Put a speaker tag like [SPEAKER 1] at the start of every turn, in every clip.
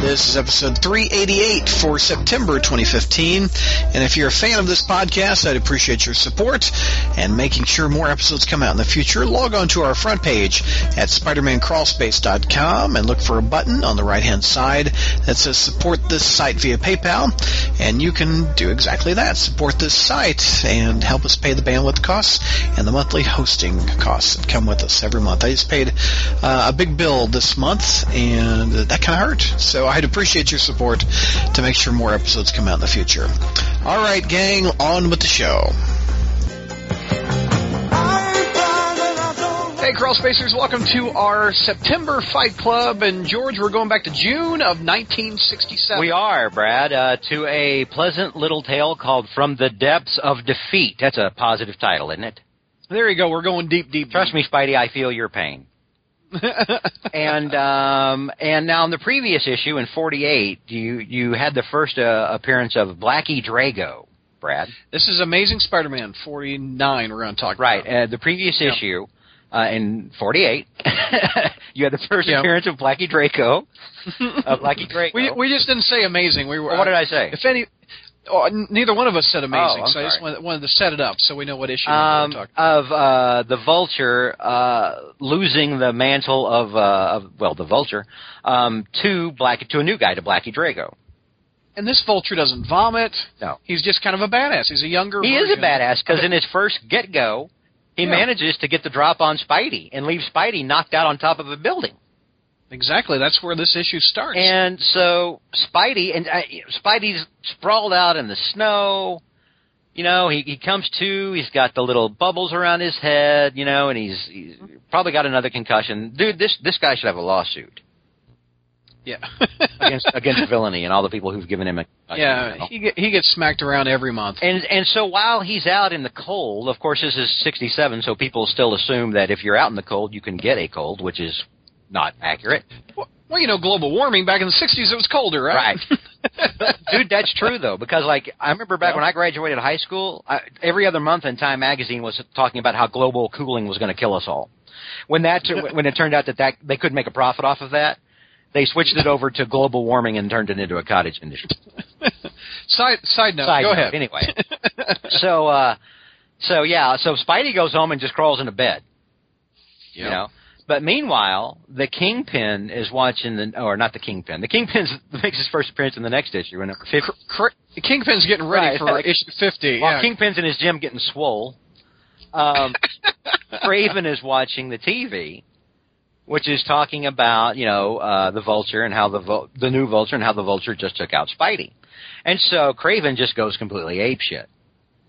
[SPEAKER 1] This is episode 388 for September 2015. And if you're a fan of this podcast, I'd appreciate your support and making sure more episodes come out in the future. Log on to our front page at SpidermanCrawlspace.com and look for a button on the right hand side that says support this site via PayPal. And you can do exactly that. Support this site and help us pay the bandwidth costs and the monthly hosting costs that come with us every month. I just paid uh, a big bill this month and that kind of hurt. So I'd appreciate your support to make sure more episodes come out in the future. All right, gang, on with the show. Hey, Crawl Spacers, welcome to our September Fight Club. And, George, we're going back to June of 1967.
[SPEAKER 2] We are, Brad, uh, to a pleasant little tale called From the Depths of Defeat. That's a positive title, isn't it?
[SPEAKER 1] There you go. We're going deep, deep.
[SPEAKER 2] Trust me, Spidey, I feel your pain. and um, and now in the previous issue in 48, you you had the first uh, appearance of Blackie Drago, Brad.
[SPEAKER 1] This is Amazing Spider-Man 49 we're going to talk
[SPEAKER 2] Right.
[SPEAKER 1] about.
[SPEAKER 2] Uh, the previous
[SPEAKER 1] Yeah.
[SPEAKER 2] issue uh, in 48, you had the first
[SPEAKER 1] Yeah.
[SPEAKER 2] appearance of Blackie Draco. uh, Blackie Draco.
[SPEAKER 1] We, we just didn't say amazing. We were.
[SPEAKER 2] Or what did I say?
[SPEAKER 1] If any, oh, n- neither one of us said amazing,
[SPEAKER 2] Oh, I'm
[SPEAKER 1] so I just
[SPEAKER 2] sorry.
[SPEAKER 1] wanted, wanted to set it up so we know what issue
[SPEAKER 2] um,
[SPEAKER 1] we're talking.
[SPEAKER 2] of uh, the vulture uh, losing the mantle of, uh, of well, the vulture um, to Black to a new guy to Blackie Drago.
[SPEAKER 1] And this vulture doesn't vomit.
[SPEAKER 2] No.
[SPEAKER 1] he's just kind of a badass. He's a younger.
[SPEAKER 2] He is a
[SPEAKER 1] version.
[SPEAKER 2] badass because in his first get go, he
[SPEAKER 1] Yeah.
[SPEAKER 2] manages to get the drop on Spidey and leave Spidey knocked out on top of a building.
[SPEAKER 1] Exactly. That's where this issue starts.
[SPEAKER 2] And so Spidey and uh, Spidey's sprawled out in the snow. You know, he, he comes to. He's got the little bubbles around his head. You know, and he's, he's probably got another concussion. Dude, this this guy should have a lawsuit
[SPEAKER 1] yeah.
[SPEAKER 2] against against villainy and all the people who've given him a. a
[SPEAKER 1] yeah, he get, he gets smacked around every month.
[SPEAKER 2] And and so while he's out in the cold, of course this is 67, so people still assume that if you're out in the cold, you can get a cold, which is not accurate.
[SPEAKER 1] Well, you know, global warming back in the '60s, it was colder, right? Right.
[SPEAKER 2] Dude, that's true though, because like I remember back
[SPEAKER 1] Yeah.
[SPEAKER 2] when I graduated high school, I, every other month in Time Magazine was talking about how global cooling was going to kill us all. When that when it turned out that that they could make a profit off of that, they switched it over to global warming and turned it into a cottage industry.
[SPEAKER 1] side side note.
[SPEAKER 2] Side
[SPEAKER 1] go
[SPEAKER 2] note,
[SPEAKER 1] ahead.
[SPEAKER 2] anyway. so uh so yeah, so Spidey goes home and just crawls into bed.
[SPEAKER 1] Yeah.
[SPEAKER 2] You know. But meanwhile, the Kingpin is watching the or not the Kingpin. The Kingpin makes his first appearance in the next issue in number 50.
[SPEAKER 1] Cr- Kingpin's getting ready
[SPEAKER 2] Right,
[SPEAKER 1] for
[SPEAKER 2] like-
[SPEAKER 1] issue 50.
[SPEAKER 2] While
[SPEAKER 1] yeah.
[SPEAKER 2] Kingpin's in his gym getting swole. Um Craven is watching the TV, which is talking about you know uh, the vulture and how the vul- the new vulture and how the vulture just took out Spidey, and so Craven just goes completely apeshit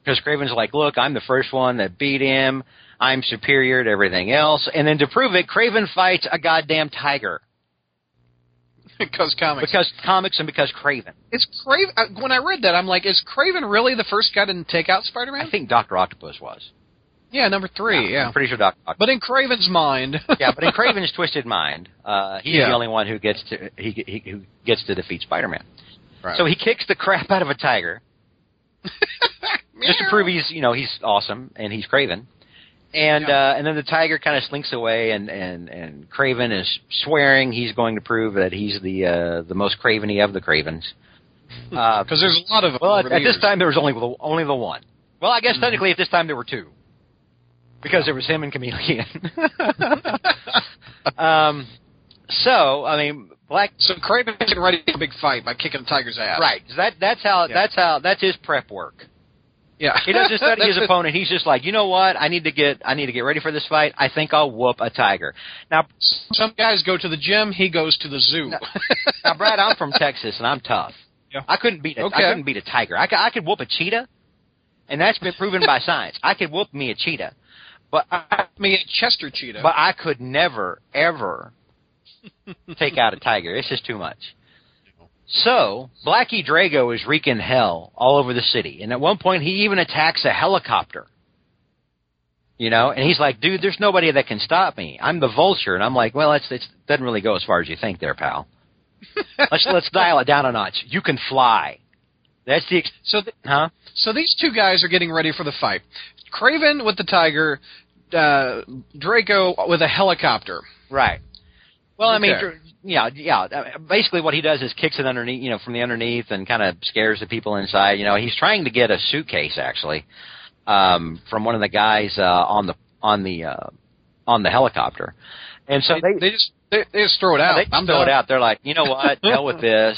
[SPEAKER 2] because Craven's like, look, I'm the first one that beat him. I'm superior to everything else, and then to prove it, Craven fights a goddamn tiger
[SPEAKER 1] because comics.
[SPEAKER 2] because comics and because Craven.
[SPEAKER 1] Is Craven? uh, When I read that, I'm like, is Craven really the first guy to take out Spider-Man?
[SPEAKER 2] I think Doctor Octopus was.
[SPEAKER 1] yeah, number three. Yeah,
[SPEAKER 2] I'm pretty sure Doctor Octopus.
[SPEAKER 1] but in Craven's mind.
[SPEAKER 2] yeah, but in Craven's twisted mind, uh, he's
[SPEAKER 1] Yeah.
[SPEAKER 2] the only one who gets to he, he who gets to defeat Spider-Man.
[SPEAKER 1] Right.
[SPEAKER 2] So he kicks the crap out of a tiger just to prove he's you know he's awesome and he's Craven. And uh, and then the tiger kind of slinks away, and, and, and Craven is swearing he's going to prove that he's the uh, the most craveny of the Cravens. Uh,
[SPEAKER 1] because there's a lot of them
[SPEAKER 2] well,
[SPEAKER 1] over
[SPEAKER 2] at,
[SPEAKER 1] the
[SPEAKER 2] at this
[SPEAKER 1] years. Mm-hmm.
[SPEAKER 2] time there was only the, only the one. Well, I guess technically at this time there were two, because there was him and Chameleon. um, so I mean, Black
[SPEAKER 1] Uh, So Craven's getting ready for a big fight by kicking Tiger's ass.
[SPEAKER 2] right? That that's how
[SPEAKER 1] Yeah.
[SPEAKER 2] that's how that's his prep work.
[SPEAKER 1] Yeah.
[SPEAKER 2] He doesn't study his
[SPEAKER 1] That's it.
[SPEAKER 2] opponent. He's just like, you know what? I need to get I need to get ready for this fight. I think I'll whoop a tiger. Now,
[SPEAKER 1] Some guys go to the gym. He goes to the zoo.
[SPEAKER 2] now, Brad, I'm from Texas and I'm tough.
[SPEAKER 1] Yeah.
[SPEAKER 2] I couldn't beat a,
[SPEAKER 1] Okay.
[SPEAKER 2] I couldn't beat a tiger. I could, I could whoop a cheetah, and that's been proven by science. I could whoop me a cheetah, but I,
[SPEAKER 1] me and uh, Chester Cheetah.
[SPEAKER 2] but I could never ever take out a tiger. It's just too much. So Blackie Drago is wreaking hell all over the city, and at one point he even attacks a helicopter. You know, and he's like, "Dude, there's nobody that can stop me. I'm the Vulture." And I'm like, "Well, it's it doesn't really go as far as you think, there, pal. Let's let's dial it down a notch. You can fly. That's the ex-
[SPEAKER 1] so th-
[SPEAKER 2] huh?
[SPEAKER 1] so these two guys are getting ready for the fight. Craven with the tiger, uh, Draco with a helicopter.
[SPEAKER 2] Right. Well, I mean,
[SPEAKER 1] Okay.
[SPEAKER 2] Dr- yeah, yeah. Basically, what he does is kicks it underneath, you know, from the underneath, and kind of scares the people inside. You know, he's trying to get a suitcase actually um, from one of the guys uh, on the on the uh, on the helicopter, and so
[SPEAKER 1] they, they just they, they just throw it out.
[SPEAKER 2] they just
[SPEAKER 1] I'm
[SPEAKER 2] throw
[SPEAKER 1] done.
[SPEAKER 2] it out. They're like, you know what? Hell with this.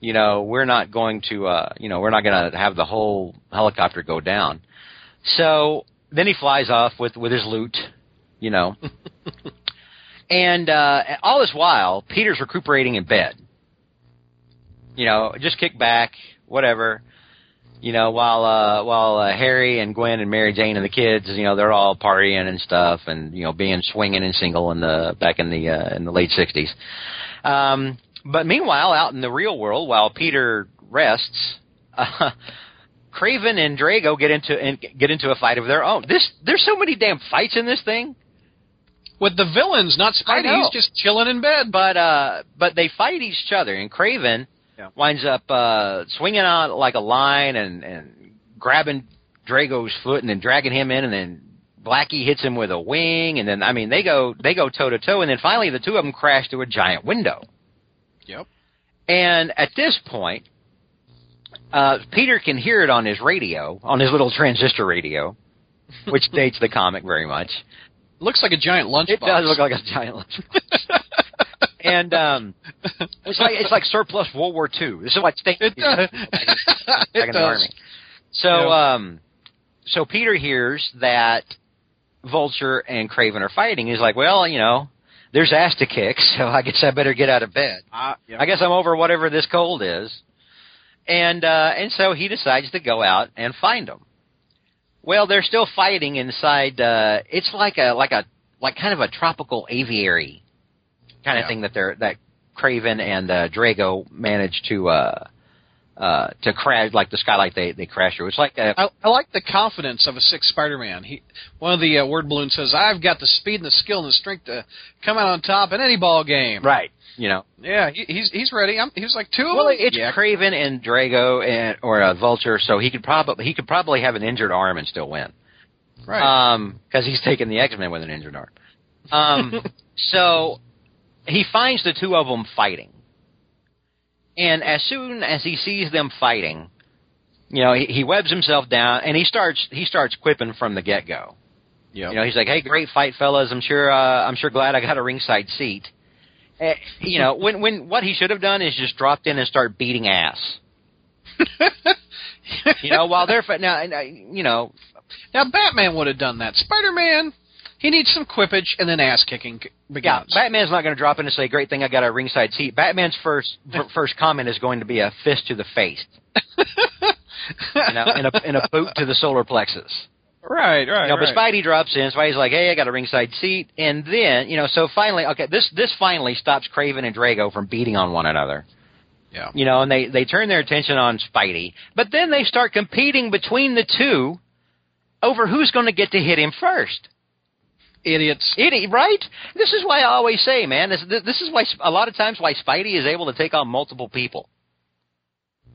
[SPEAKER 2] You know, we're not going to, uh, you know, we're not going to have the whole helicopter go down. So then he flies off with with his loot, you know. and uh, all this while, Peter's recuperating in bed. You know, just kick back, whatever. You know, while uh, while uh, Harry and Gwen and Mary Jane and the kids, you know, they're all partying and stuff, and you know, being swinging and single in the back in the uh, in the late '60s. Um, but meanwhile, out in the real world, while Peter rests, uh, Craven and Drago get into and get into a fight of their own. This there's so many damn fights in this thing.
[SPEAKER 1] With the villains, not
[SPEAKER 2] I
[SPEAKER 1] Spidey.
[SPEAKER 2] know.
[SPEAKER 1] He's just chilling in bed.
[SPEAKER 2] But uh, but they fight each other, and Craven
[SPEAKER 1] Yeah.
[SPEAKER 2] winds up uh, swinging out like a line and and grabbing Drago's foot and then dragging him in, and then Blackie hits him with a wing, and then I mean they go they go toe to toe, and then finally the two of them crash through a giant window.
[SPEAKER 1] Yep.
[SPEAKER 2] And at this point, uh, Peter can hear it on his radio, on his little transistor radio, which dates the comic very much.
[SPEAKER 1] Looks like a giant lunchbox.
[SPEAKER 2] It does look like a giant lunchbox. and um, it's like it's like surplus World War II. This is what state
[SPEAKER 1] It does.
[SPEAKER 2] back
[SPEAKER 1] it
[SPEAKER 2] in
[SPEAKER 1] does.
[SPEAKER 2] the army. So
[SPEAKER 1] Yeah.
[SPEAKER 2] um, so Peter hears that Vulture and Craven are fighting. He's like, well, you know, there's ass to kick, so I guess I better get out of bed.
[SPEAKER 1] Ah, yeah.
[SPEAKER 2] I guess I'm over whatever this cold is. And uh, and so he decides to go out and find them. Well, they're still fighting inside. Uh, it's like a like a like kind of a tropical aviary kind of
[SPEAKER 1] Yeah.
[SPEAKER 2] thing that they're that Craven and uh, Drago managed to uh, uh, to crash like the skylight they they crash through. It's like a,
[SPEAKER 1] I, I like the confidence of a sixth Spider-Man. He, one of the uh, word balloons says, "I've got the speed and the skill and the strength to come out on top in any ball game."
[SPEAKER 2] right, you know.
[SPEAKER 1] Yeah, he, he's he's ready. I'm, he was like two. of
[SPEAKER 2] Well,
[SPEAKER 1] them?
[SPEAKER 2] it's
[SPEAKER 1] yeah,
[SPEAKER 2] Craven and Drago and or a Vulture, so he could probably he could probably have an injured arm and still win.
[SPEAKER 1] right.
[SPEAKER 2] Um, because he's taking the X Men with an injured arm. Um, so he finds the two of them fighting, and as soon as he sees them fighting, you know he, he webs himself down and he starts he starts quipping from the get go.
[SPEAKER 1] yeah.
[SPEAKER 2] You know he's like, "Hey, great fight, fellas! I'm sure uh, I'm sure glad I got a ringside seat." Eh, you know when when what he should have done is just dropped in and start beating ass. You know while they're fi- now now, you know
[SPEAKER 1] now Batman would have done that. Spider-Man, he needs some quippage and then ass kicking c-
[SPEAKER 2] Yeah,
[SPEAKER 1] begins.
[SPEAKER 2] Batman's not going to drop in and say, "Great thing I got a ringside seat." Batman's first f- first comment is going to be a fist to the face, you know, and a and a boot to the solar plexus.
[SPEAKER 1] right, right,
[SPEAKER 2] You know,
[SPEAKER 1] right.
[SPEAKER 2] but Spidey drops in. Spidey's like, "Hey, I got a ringside seat," and then you know, so finally, okay, this this finally stops Craven and Drago from beating on one another.
[SPEAKER 1] Yeah.
[SPEAKER 2] You know, and they they turn their attention on Spidey, but then they start competing between the two over who's going to get to hit him first.
[SPEAKER 1] Idiots.
[SPEAKER 2] It, right? This is why I always say, man. This, this is why a lot of times why Spidey is able to take on multiple people.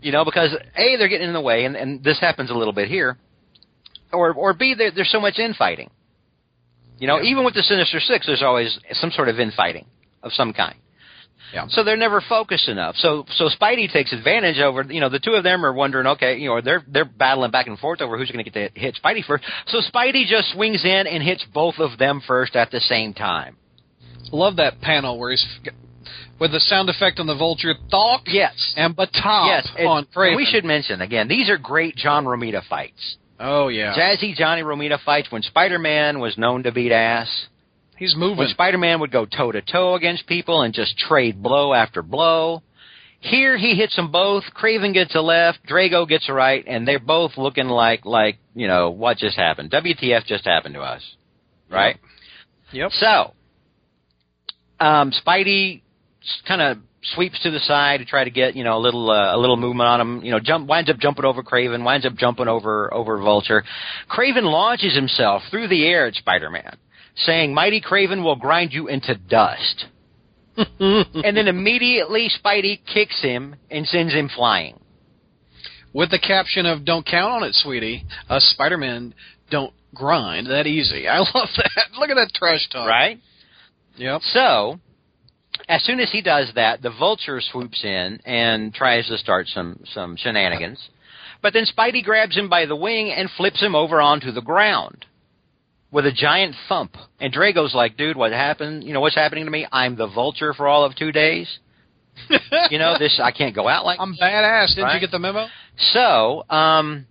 [SPEAKER 2] You know, because a they're getting in the way, and, and this happens a little bit here, or or b there, there's so much infighting. You know, even with the Sinister Six, there's always some sort of infighting of some kind.
[SPEAKER 1] Yeah.
[SPEAKER 2] So they're never focused enough. So so Spidey takes advantage over you know the two of them are wondering okay you know they're they're battling back and forth over who's going to get to hit Spidey first. So Spidey just swings in and hits both of them first at the same time.
[SPEAKER 1] Love that panel where he's f- with the sound effect on the vulture talk
[SPEAKER 2] Yes.
[SPEAKER 1] and baton
[SPEAKER 2] Yes, and-
[SPEAKER 1] on Craven.
[SPEAKER 2] and we should mention again. These are great John Romita fights.
[SPEAKER 1] Oh yeah,
[SPEAKER 2] Jazzy Johnny Romita fights when Spider-Man was known to beat ass.
[SPEAKER 1] he's moving.
[SPEAKER 2] When Spider-Man would go toe to toe against people and just trade blow after blow. Here he hits them both. Craven gets a left, Drago gets a right, and they're both looking like like you know what just happened. WTF just happened to us, right?
[SPEAKER 1] Yep.
[SPEAKER 2] So, um, Spidey kind of sweeps to the side to try to get you know a little uh, a little movement on him. You know, jump winds up jumping over Craven, winds up jumping over over Vulture. Craven launches himself through the air at Spider-Man, saying, "Mighty Craven will grind you into dust." and then immediately Spidey kicks him and sends him flying.
[SPEAKER 1] with the caption of "Don't count on it, sweetie." Us Spider-Man don't grind that easy. I love that. Look at that trash talk.
[SPEAKER 2] Right?
[SPEAKER 1] Yep.
[SPEAKER 2] So, as soon as he does that, the vulture swoops in and tries to start some some shenanigans. But then Spidey grabs him by the wing and flips him over onto the ground with a giant thump. And Drago's like, "Dude, what happened? You know what's happening to me? I'm the vulture for all of 2 days. You know this I can't go out like
[SPEAKER 1] I'm badass. Didn't
[SPEAKER 2] Right?
[SPEAKER 1] you get the memo?
[SPEAKER 2] So, um,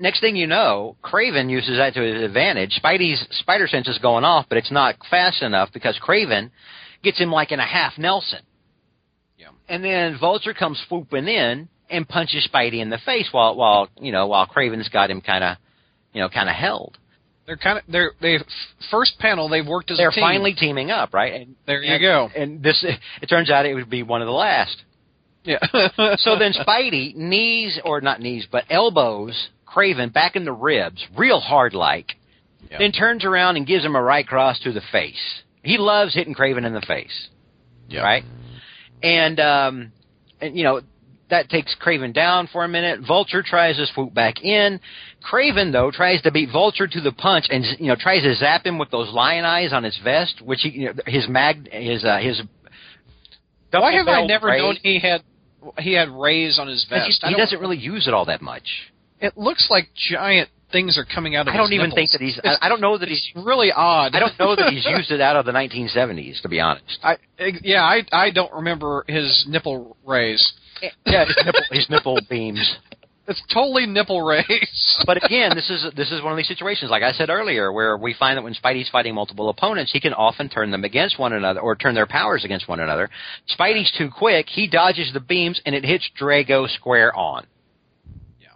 [SPEAKER 2] next thing you know, Craven uses that to his advantage. Spidey's spider sense is going off, but it's not fast enough because Craven gets him like in a half Nelson.
[SPEAKER 1] Yeah.
[SPEAKER 2] And then Vulture comes swooping in and punches Spidey in the face while while you know while Craven's got him kind of you know kind of held.
[SPEAKER 1] They're kind of they're they first panel they've worked as
[SPEAKER 2] They're
[SPEAKER 1] a team.
[SPEAKER 2] finally teaming up, right? And
[SPEAKER 1] there you
[SPEAKER 2] and-
[SPEAKER 1] go.
[SPEAKER 2] And this it turns out it would be one of the last.
[SPEAKER 1] Yeah.
[SPEAKER 2] So then Spidey knees, or not knees, but elbows Craven back in the ribs, real hard like,
[SPEAKER 1] Yeah.
[SPEAKER 2] then turns around and gives him a right cross to the face. He loves hitting Craven in the face,
[SPEAKER 1] Yeah.
[SPEAKER 2] right? And, um, and, you know, that takes Craven down for a minute. Vulture tries to swoop back in. Craven, though, tries to beat Vulture to the punch and, you know, tries to zap him with those lion eyes on his vest, which he, you know, his mag, his, uh, his.
[SPEAKER 1] Why have I
[SPEAKER 2] double-barreled
[SPEAKER 1] never
[SPEAKER 2] ray-
[SPEAKER 1] known he had he had rays on his
[SPEAKER 2] He
[SPEAKER 1] vest? I
[SPEAKER 2] he
[SPEAKER 1] don't-
[SPEAKER 2] doesn't really use it all that much.
[SPEAKER 1] It looks like giant things are coming out of.
[SPEAKER 2] I don't
[SPEAKER 1] his
[SPEAKER 2] even
[SPEAKER 1] nipples.
[SPEAKER 2] think that he's. I, I don't know that he's.
[SPEAKER 1] It's really odd.
[SPEAKER 2] I don't know that he's used it out of the 1970s, to be honest.
[SPEAKER 1] I ex- yeah, I I don't remember his nipple rays.
[SPEAKER 2] Yeah, his nipple, his nipple beams.
[SPEAKER 1] It's totally nipple rays.
[SPEAKER 2] But again, this is this is one of these situations, like I said earlier, where we find that when Spidey's fighting multiple opponents, he can often turn them against one another or turn their powers against one another. Spidey's too quick; he dodges the beams, and it hits Drago square on.
[SPEAKER 1] Yeah.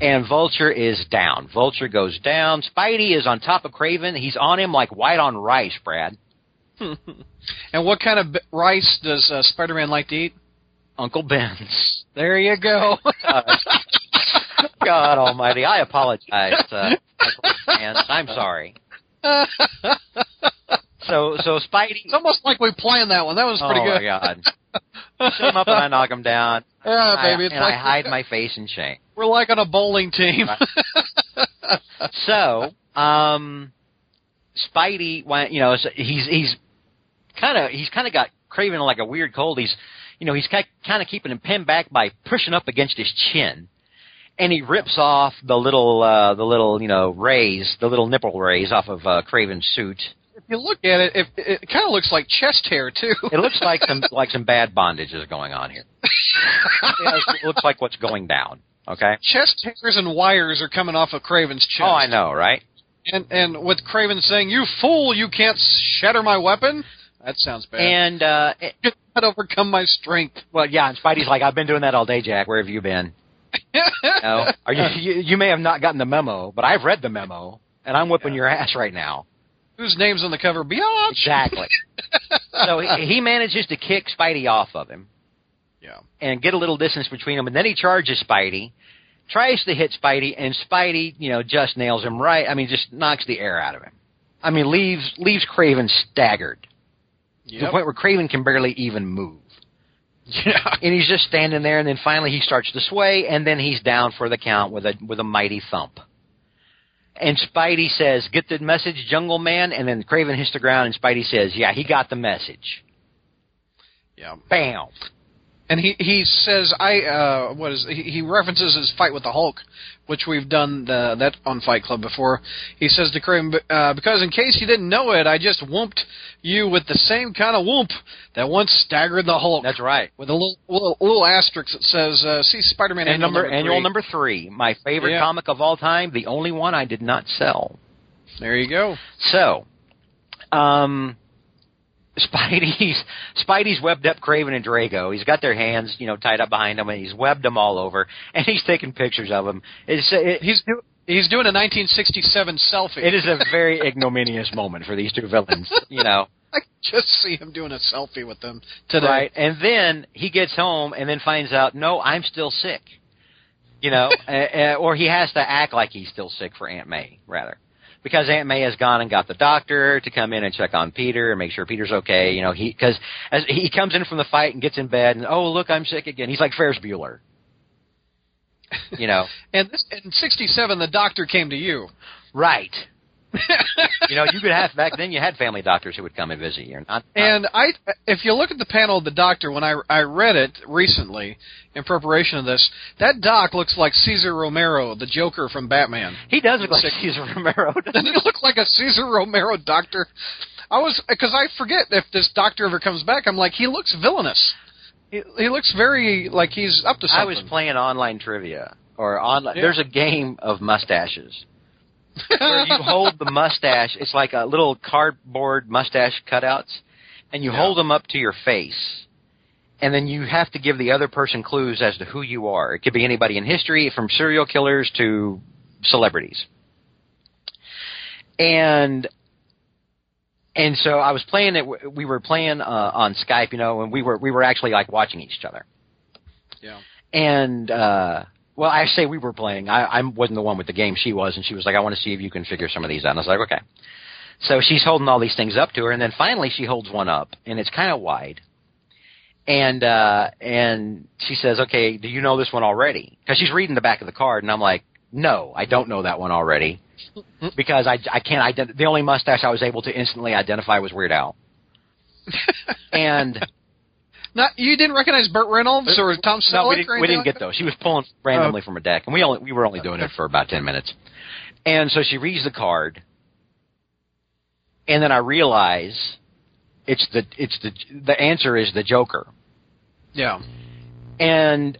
[SPEAKER 2] And Vulture is down. Vulture goes down. Spidey is on top of Craven. He's on him like white on rice, Brad.
[SPEAKER 1] and what kind of b- rice does uh, Spider-Man like to eat?
[SPEAKER 2] Uncle Ben's.
[SPEAKER 1] There you go.
[SPEAKER 2] God. Uh, God Almighty, I apologize, uh, and I'm sorry. So, so Spidey.
[SPEAKER 1] it's almost like we planned that one. That was pretty
[SPEAKER 2] oh
[SPEAKER 1] good.
[SPEAKER 2] my God! Shoot him up and I knock him down.
[SPEAKER 1] yeah,
[SPEAKER 2] I-
[SPEAKER 1] baby. It's
[SPEAKER 2] and
[SPEAKER 1] like
[SPEAKER 2] I hide my face in shame.
[SPEAKER 1] we're like on a bowling team.
[SPEAKER 2] Right. So, um, Spidey, went, you know, so he's he's kind of he's kind of got Craven like a weird cold. He's, you know, he's kind of keeping him pinned back by pushing up against his chin, and he rips off the little uh, the little you know rays, the little nipple rays off of uh, Craven's suit.
[SPEAKER 1] if you look at it, it, it kind of looks like chest hair too.
[SPEAKER 2] It looks like some like some bad bondage is going on here. Yeah, it looks like what's going down. Okay.
[SPEAKER 1] chest hairs and wires are coming off of Craven's chest.
[SPEAKER 2] Oh, I know, right?
[SPEAKER 1] And and with Craven saying, "You fool, you can't shatter my weapon." That sounds bad.
[SPEAKER 2] And uh, it-
[SPEAKER 1] you cannot overcome my strength.
[SPEAKER 2] well, yeah. And Spidey's like, I've been doing that all day, Jack. Where have you been? No. Are you, you you may have not gotten the memo, but I've read the memo, and I'm whipping your ass right now.
[SPEAKER 1] Whose name's on the cover? Biatch.
[SPEAKER 2] Exactly. so he, he manages to kick Spidey off of him
[SPEAKER 1] Yeah.
[SPEAKER 2] and get a little distance between them, and then he charges Spidey, tries to hit Spidey, and Spidey, you know, just nails him right. I mean, just knocks the air out of him. I mean, leaves leaves Craven staggered to the
[SPEAKER 1] Yep.
[SPEAKER 2] point where Craven can barely even move.
[SPEAKER 1] Yeah.
[SPEAKER 2] and he's just standing there and then finally he starts to sway and then he's down for the count with a with a mighty thump and spidey says get the message jungle man and then craven hits the ground and spidey says yeah he got the message
[SPEAKER 1] Yeah.
[SPEAKER 2] bam
[SPEAKER 1] And he he says I uh what is he, he references his fight with the Hulk, which we've done the, that on Fight Club before. He says to Craven uh, because in case you didn't know it, I just whooped you with the same kind of whoop that once staggered the Hulk.
[SPEAKER 2] that's right
[SPEAKER 1] with a little little, little asterisk that says uh, see Spider-Man
[SPEAKER 2] and number
[SPEAKER 1] three."
[SPEAKER 2] annual number three my favorite
[SPEAKER 1] Yeah.
[SPEAKER 2] comic of all time the only one i did not sell
[SPEAKER 1] There you go.
[SPEAKER 2] so um Spidey's Spidey's webbed up Craven and Drago. He's got their hands, you know, tied up behind him, and he's webbed them all over, and he's taking pictures of them. It's it,
[SPEAKER 1] He's do, he's doing a 1967 selfie.
[SPEAKER 2] it is a very ignominious moment for these two villains, you know.
[SPEAKER 1] I can just see him doing a selfie with them today.
[SPEAKER 2] Right. And then he gets home and then finds out, no, I'm still sick. You know, uh, uh, or he has to act like he's still sick for Aunt May, rather. Because Aunt May has gone and got the doctor to come in and check on Peter and make sure Peter's okay. You know, he, cause as he comes in from the fight and gets in bed and, oh, look, I'm sick again. He's like Ferris Bueller. You know,
[SPEAKER 1] And this, in '67, the doctor came to you.
[SPEAKER 2] right. you know, you could have back then. You had family doctors who would come and visit you. Not, not-
[SPEAKER 1] And I, if you look at the panel of the doctor, when I I read it recently in preparation of this, that doc looks like Caesar Romero, the Joker from Batman.
[SPEAKER 2] he does look like
[SPEAKER 1] Sick.
[SPEAKER 2] Cesar Romero. doesn't
[SPEAKER 1] Doesn't he look like a Caesar Romero doctor? I was because I forget if this doctor ever comes back. I'm like, he looks villainous. He, he looks very like he's up to something.
[SPEAKER 2] I was playing online trivia or online.
[SPEAKER 1] Yeah.
[SPEAKER 2] There's a game of mustaches where you hold the mustache. It's like a little cardboard mustache cutouts, and you
[SPEAKER 1] Yeah.
[SPEAKER 2] hold them up to your face, and then you have to give the other person clues as to who you are. It could be anybody in history, from serial killers to celebrities. And and so I was playing it. w- We were playing uh, on Skype, you know, and we were we were actually like watching each other
[SPEAKER 1] yeah.
[SPEAKER 2] and uh well i say we were playing i i wasn't the one with the game she was and she was like i want to see if you can figure some of these out and i was like okay so she's holding all these things up to her and then finally she holds one up and it's kind of wide and uh and she says okay do you know this one already because she's reading the back of the card and i'm like no i don't know that one already because i i can't ident- the only mustache i was able to instantly identify was weird al and
[SPEAKER 1] Not you didn't recognize Burt Reynolds or Tom Selleck?
[SPEAKER 2] No, we
[SPEAKER 1] or
[SPEAKER 2] didn't, we
[SPEAKER 1] anything
[SPEAKER 2] didn't
[SPEAKER 1] like
[SPEAKER 2] get those. She was pulling randomly from a deck, and we only we were only doing it for about ten minutes. And so she reads the card, and then I realize it's the it's the the answer is the Joker,
[SPEAKER 1] that? Yeah.
[SPEAKER 2] and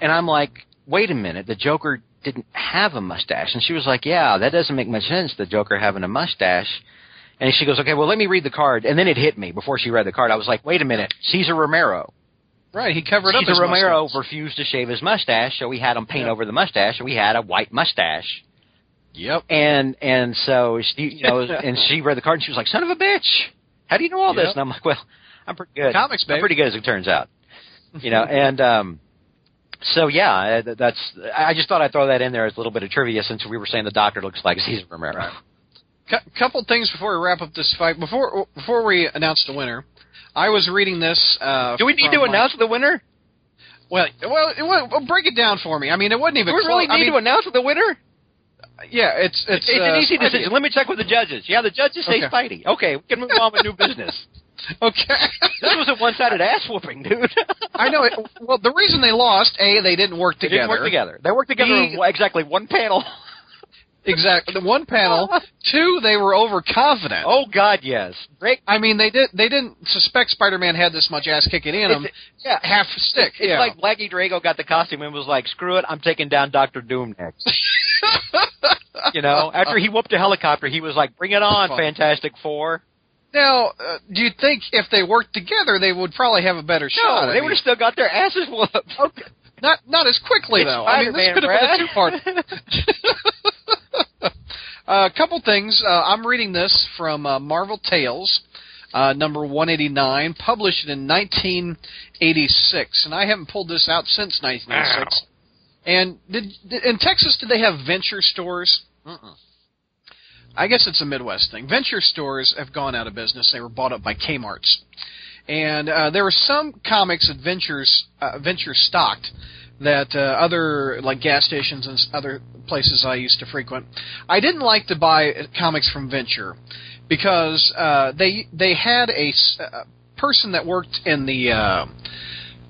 [SPEAKER 2] and I'm like, wait a minute, the Joker didn't have a mustache, and she was like, yeah, that doesn't make much sense, the Joker having a mustache. And she goes, okay, well, let me read the card. And then it hit me before she read the card. I was like, wait a minute, Caesar Romero.
[SPEAKER 1] Right. He covered up
[SPEAKER 2] Cesar
[SPEAKER 1] his
[SPEAKER 2] Romero
[SPEAKER 1] mustache.
[SPEAKER 2] refused to shave his mustache, so we had him paint
[SPEAKER 1] Yeah.
[SPEAKER 2] over the mustache, and we had a white mustache.
[SPEAKER 1] Yep.
[SPEAKER 2] And and so she, you know, and she read the card, and she was like, "Son of a bitch, how do you know all this?"
[SPEAKER 1] Yep.
[SPEAKER 2] And I'm like, "Well, I'm pretty good.
[SPEAKER 1] Comics,
[SPEAKER 2] I'm
[SPEAKER 1] baby.
[SPEAKER 2] pretty good as it turns out, you know." and um, so yeah, uh, th- that's. I just thought I'd throw that in there as a little bit of trivia, since we were saying the doctor looks like Cesar Romero.
[SPEAKER 1] Cou- couple things before we wrap up this fight. Before before we announce the winner, I was reading this. Uh,
[SPEAKER 2] Do we need
[SPEAKER 1] from
[SPEAKER 2] to
[SPEAKER 1] my-
[SPEAKER 2] announce the winner?
[SPEAKER 1] Well, well, it, wa- well, break it down for me. I mean, it wasn't
[SPEAKER 2] Do
[SPEAKER 1] even.
[SPEAKER 2] we really
[SPEAKER 1] close.
[SPEAKER 2] need
[SPEAKER 1] I mean,
[SPEAKER 2] to announce the winner?
[SPEAKER 1] yeah, it's it's,
[SPEAKER 2] It's, an
[SPEAKER 1] uh,
[SPEAKER 2] easy
[SPEAKER 1] Spidey.
[SPEAKER 2] decision. Let me check with the judges. Yeah, the judges say
[SPEAKER 1] Okay.
[SPEAKER 2] Spidey. Okay, we can move on with new business. This
[SPEAKER 1] Okay.
[SPEAKER 2] was a one-sided ass whooping, dude.
[SPEAKER 1] I know. It, well, the reason they lost, a, they didn't work
[SPEAKER 2] They
[SPEAKER 1] together.
[SPEAKER 2] didn't work together. They worked together
[SPEAKER 1] Me-
[SPEAKER 2] in one- exactly one panel.
[SPEAKER 1] Exactly. The one panel. Two, they were overconfident.
[SPEAKER 2] Oh God, yes. Great.
[SPEAKER 1] I mean, they did. They didn't suspect Spider-Man had this much ass kicking in him.
[SPEAKER 2] It's- yeah.
[SPEAKER 1] half a stick.
[SPEAKER 2] It's
[SPEAKER 1] yeah.
[SPEAKER 2] like Blackie Drago got the costume and was like, "Screw it, I'm taking down Doctor Doom next." You know, after he whooped a helicopter, he was like, "Bring it on,
[SPEAKER 1] Fuck.
[SPEAKER 2] Fantastic Four.
[SPEAKER 1] Now, uh, do you think if they worked together, they would probably have a better shot? I
[SPEAKER 2] No, they
[SPEAKER 1] mean,
[SPEAKER 2] would have still got their asses whooped.
[SPEAKER 1] not not as quickly
[SPEAKER 2] It's
[SPEAKER 1] though. I mean, this
[SPEAKER 2] Spider-Man,
[SPEAKER 1] could have been a
[SPEAKER 2] bruh.
[SPEAKER 1] two-part. A couple things. Uh, I'm reading this from uh, Marvel Tales, uh, number 189, published in 1986, and I haven't pulled this out since 1986. And did, did, in Texas, did they have venture stores? I guess it's a Midwest thing. Venture stores have gone out of business. They were bought up by Kmart's, and uh, there were some comics that ventures uh, venture stocked that uh, other like gas stations and s- other places I used to frequent. I didn't like to buy uh, comics from Venture because uh, they they had a s- a person that worked in the uh,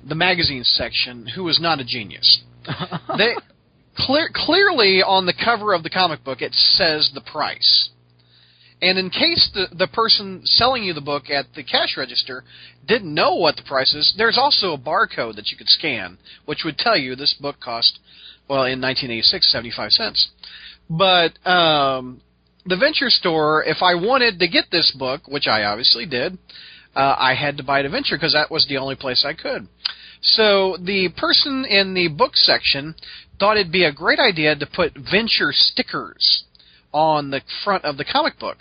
[SPEAKER 1] the magazine section who was not a genius. they clear, clearly on the cover of the comic book it says the price. And in case the, the person selling you the book at the cash register didn't know what the price is, there's also a barcode that you could scan, which would tell you this book cost, well, in 1986, 75 cents. But um, the Venture Store, if I wanted to get this book, which I obviously did, uh, I had to buy it at Venture because that was the only place I could. So the person in the book section thought it'd be a great idea to put Venture stickers on the front of the comic book.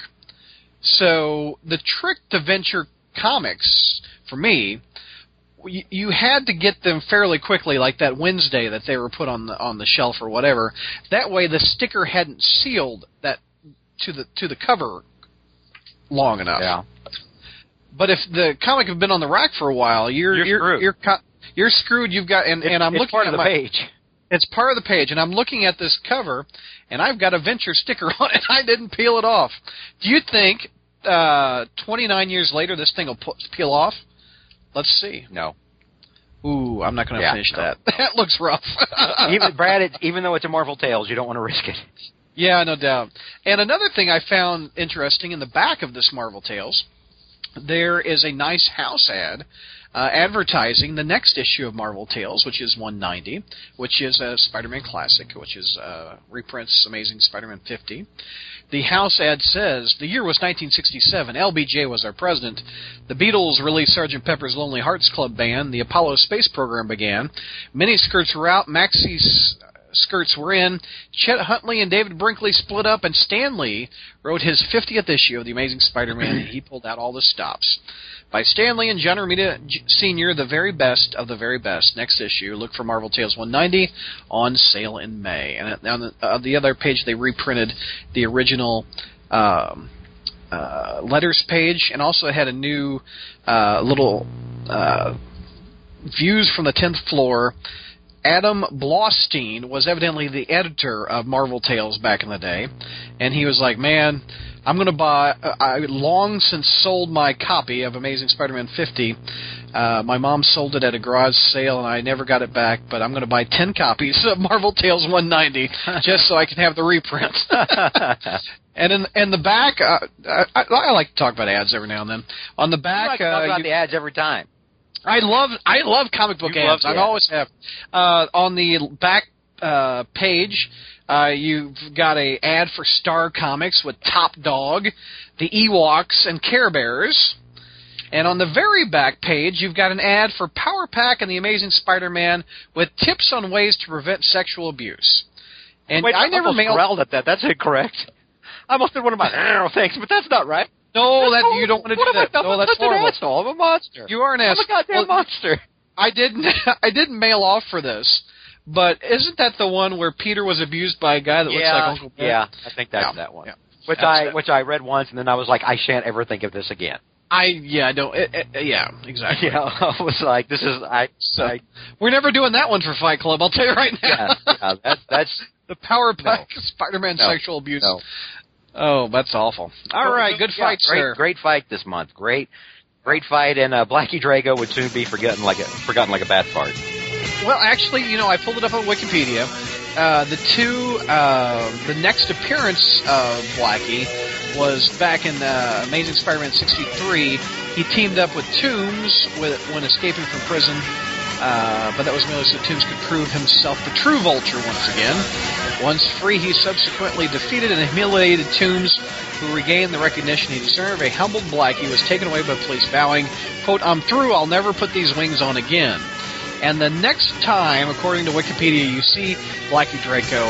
[SPEAKER 1] So the trick to Venture Comics, for me, you, you had to get them fairly quickly, like that Wednesday that they were put on the on the shelf or whatever. That way, the sticker hadn't sealed that to the to the cover long enough.
[SPEAKER 2] yeah.
[SPEAKER 1] But if the comic had been on the rack for a while, you're
[SPEAKER 2] You're
[SPEAKER 1] you're
[SPEAKER 2] screwed.
[SPEAKER 1] you're, co- you're screwed. You've got and, and I'm
[SPEAKER 2] It's
[SPEAKER 1] looking
[SPEAKER 2] part
[SPEAKER 1] at
[SPEAKER 2] of the
[SPEAKER 1] my
[SPEAKER 2] page.
[SPEAKER 1] It's part of the page, and I'm looking at this cover, and I've got a Venture sticker on it. I didn't peel it off. Do you think uh, 29 years later this thing will pu- peel off? Let's see.
[SPEAKER 2] No.
[SPEAKER 1] Ooh, I'm not going to
[SPEAKER 2] Yeah,
[SPEAKER 1] finish
[SPEAKER 2] no,
[SPEAKER 1] that. that looks rough.
[SPEAKER 2] even Brad, it's, even though it's a Marvel Tales, you don't want to risk it.
[SPEAKER 1] Yeah, no doubt. And another thing I found interesting in the back of this Marvel Tales, there is a nice house ad uh, advertising the next issue of Marvel Tales, which is 190, which is a Spider-Man classic, which is uh, reprints Amazing Spider-Man 50. The house ad says, "The year was 1967. LBJ was our president. The Beatles released Sgt. Pepper's Lonely Hearts Club Band. The Apollo space program began. Many skirts were out. Maxie's skirts were in. Chet Huntley and David Brinkley split up, and Stan Lee wrote his 50th issue of The Amazing Spider-Man, and he pulled out all the stops. By Stan Lee and John Romita J- Sr., the very best of the very best. Next issue, look for Marvel Tales 190 on sale in May. And on the, on the other page, they reprinted the original um, uh, letters page, and also had a new uh, little uh, views from the 10th floor Adam Blostein was evidently the editor of Marvel Tales back in the day, and he was like, "Man, I'm gonna buy. Uh, I long since sold my copy of Amazing Spider-Man 50. Uh, my mom sold it at a garage sale, and I never got it back. But I'm gonna buy 10 copies of Marvel Tales 190 just so I can have the reprint." and in and the back, uh, I, I, I like to talk about ads every now and then. On the
[SPEAKER 2] I
[SPEAKER 1] back,
[SPEAKER 2] like to talk
[SPEAKER 1] uh,
[SPEAKER 2] about
[SPEAKER 1] you-
[SPEAKER 2] the ads every time.
[SPEAKER 1] I love I love comic book
[SPEAKER 2] You love
[SPEAKER 1] ads. I've
[SPEAKER 2] that.
[SPEAKER 1] always have. Uh, on the back uh, page, uh, you've got a ad for Star Comics with Top Dog, the Ewoks, and Care Bears. And on the very back page, you've got an ad for Power Pack and the Amazing Spider-Man with tips on ways to prevent sexual abuse. And
[SPEAKER 2] Wait,
[SPEAKER 1] I never
[SPEAKER 2] almost
[SPEAKER 1] mailed.
[SPEAKER 2] growled at that. That's incorrect. I almost did one of my "Arr, thanks, but that's not right.
[SPEAKER 1] No,
[SPEAKER 2] That's
[SPEAKER 1] Oh, that
[SPEAKER 2] horrible.
[SPEAKER 1] you don't want to do
[SPEAKER 2] What have I
[SPEAKER 1] that.
[SPEAKER 2] done?
[SPEAKER 1] No, that's
[SPEAKER 2] Such an
[SPEAKER 1] horrible.
[SPEAKER 2] asshole. I'm a monster.
[SPEAKER 1] You are an
[SPEAKER 2] I'm
[SPEAKER 1] ass.
[SPEAKER 2] a goddamn
[SPEAKER 1] Well,
[SPEAKER 2] monster.
[SPEAKER 1] I didn't I didn't mail off for this, but isn't that the one where Peter was abused by a guy that looks like Uncle Ben?
[SPEAKER 2] yeah. I think that's
[SPEAKER 1] Yeah.
[SPEAKER 2] that one.
[SPEAKER 1] Yeah.
[SPEAKER 2] Which
[SPEAKER 1] That's
[SPEAKER 2] I
[SPEAKER 1] that.
[SPEAKER 2] which I read once, and then I was like, I shan't ever think of this again.
[SPEAKER 1] I yeah, I don't it, it, yeah, exactly.
[SPEAKER 2] Yeah, I was like, this is I.
[SPEAKER 1] So
[SPEAKER 2] I
[SPEAKER 1] we're never doing that one for Fight Club, I'll tell you right
[SPEAKER 2] yeah,
[SPEAKER 1] now.
[SPEAKER 2] yeah, that, that's
[SPEAKER 1] the power pack Spider Man
[SPEAKER 2] No.
[SPEAKER 1] sexual abuse.
[SPEAKER 2] no.
[SPEAKER 1] Oh, that's awful. All right, good
[SPEAKER 2] Yeah,
[SPEAKER 1] fight,
[SPEAKER 2] great,
[SPEAKER 1] sir.
[SPEAKER 2] Great fight this month. Great, great fight, and uh, Blackie Drago would soon be forgotten like a forgotten like a bad fart.
[SPEAKER 1] Well, actually, you know, I pulled it up on Wikipedia. Uh, the two, uh, the next appearance of Blackie was back in uh, Amazing Spider-Man '63. He teamed up with Toombs with, when escaping from prison, uh, but that was merely so Toombs could prove himself the true Vulture once again. Once free, he subsequently defeated and humiliated Toombs, who regained the recognition he deserved. A humbled Blackie was taken away by police, vowing, "quote I'm through. I'll never put these wings on again." And the next time, according to Wikipedia, you see Blackie Draco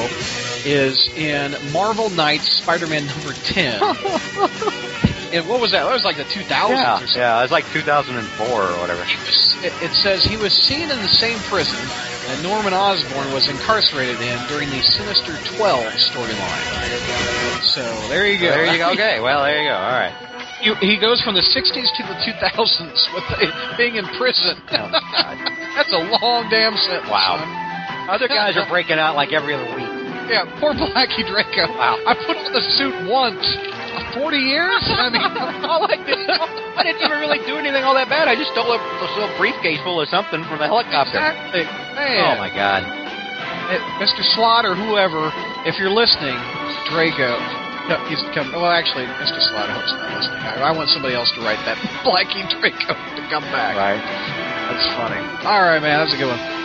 [SPEAKER 1] is in Marvel Knights Spider-Man number 10. and what was that? That was like the 2000s or
[SPEAKER 2] Yeah,
[SPEAKER 1] something.
[SPEAKER 2] yeah, it's like 2004 or whatever.
[SPEAKER 1] He was- It it says he was seen in the same prison that Norman Osborn was incarcerated in during the Sinister 12 storyline. So there you go.
[SPEAKER 2] There you go. Okay, well, there you go. All right.
[SPEAKER 1] You- he goes from the 60s to the 2000s with the- being in prison.
[SPEAKER 2] Oh, God.
[SPEAKER 1] That's a long damn sentence.
[SPEAKER 2] Wow.
[SPEAKER 1] son.
[SPEAKER 2] Other guys are breaking out like every other week.
[SPEAKER 1] Yeah, poor Blackie Draco.
[SPEAKER 2] Wow.
[SPEAKER 1] I put on the suit once. Forty years? I mean,
[SPEAKER 2] I like this. I didn't even really do anything all that bad. I just stole a, stole a briefcase full of something from the helicopter.
[SPEAKER 1] exactly.
[SPEAKER 2] Oh
[SPEAKER 1] Man,
[SPEAKER 2] my god.
[SPEAKER 1] Uh, Mr. Slot or whoever, if you're listening, Draco, no, he's come. Well, actually, Mr. Slot, I hope he's not listening. I, I want somebody else to write that Blackie Draco to come back.
[SPEAKER 2] Right.
[SPEAKER 1] That's funny. All right, man, that's a good one.